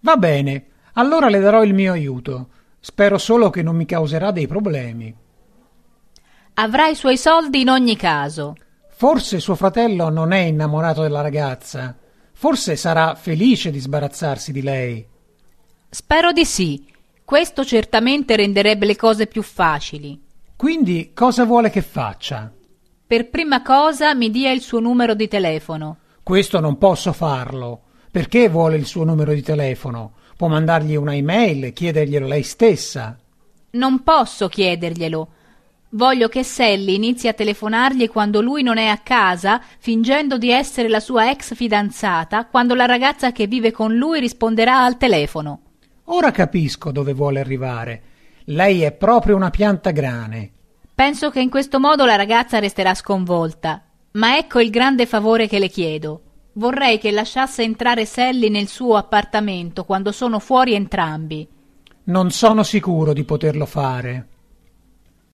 Va bene, allora le darò il mio aiuto. Spero solo che non mi causerà dei problemi. Avrà i suoi soldi in ogni caso. Forse suo fratello non è innamorato della ragazza. Forse sarà felice di sbarazzarsi di lei. Spero di sì. Questo certamente renderebbe le cose più facili. Quindi cosa vuole che faccia? Per prima cosa mi dia il suo numero di telefono. Questo non posso farlo. Perché vuole il suo numero di telefono? Può mandargli una email, chiederglielo lei stessa. Non posso chiederglielo. Voglio che Sally inizi a telefonargli quando lui non è a casa, fingendo di essere la sua ex fidanzata, quando la ragazza che vive con lui risponderà al telefono. Ora capisco dove vuole arrivare. Lei è proprio una pianta grane. Penso che in questo modo la ragazza resterà sconvolta. Ma ecco il grande favore che le chiedo. Vorrei che lasciasse entrare Sally nel suo appartamento quando sono fuori entrambi. Non sono sicuro di poterlo fare.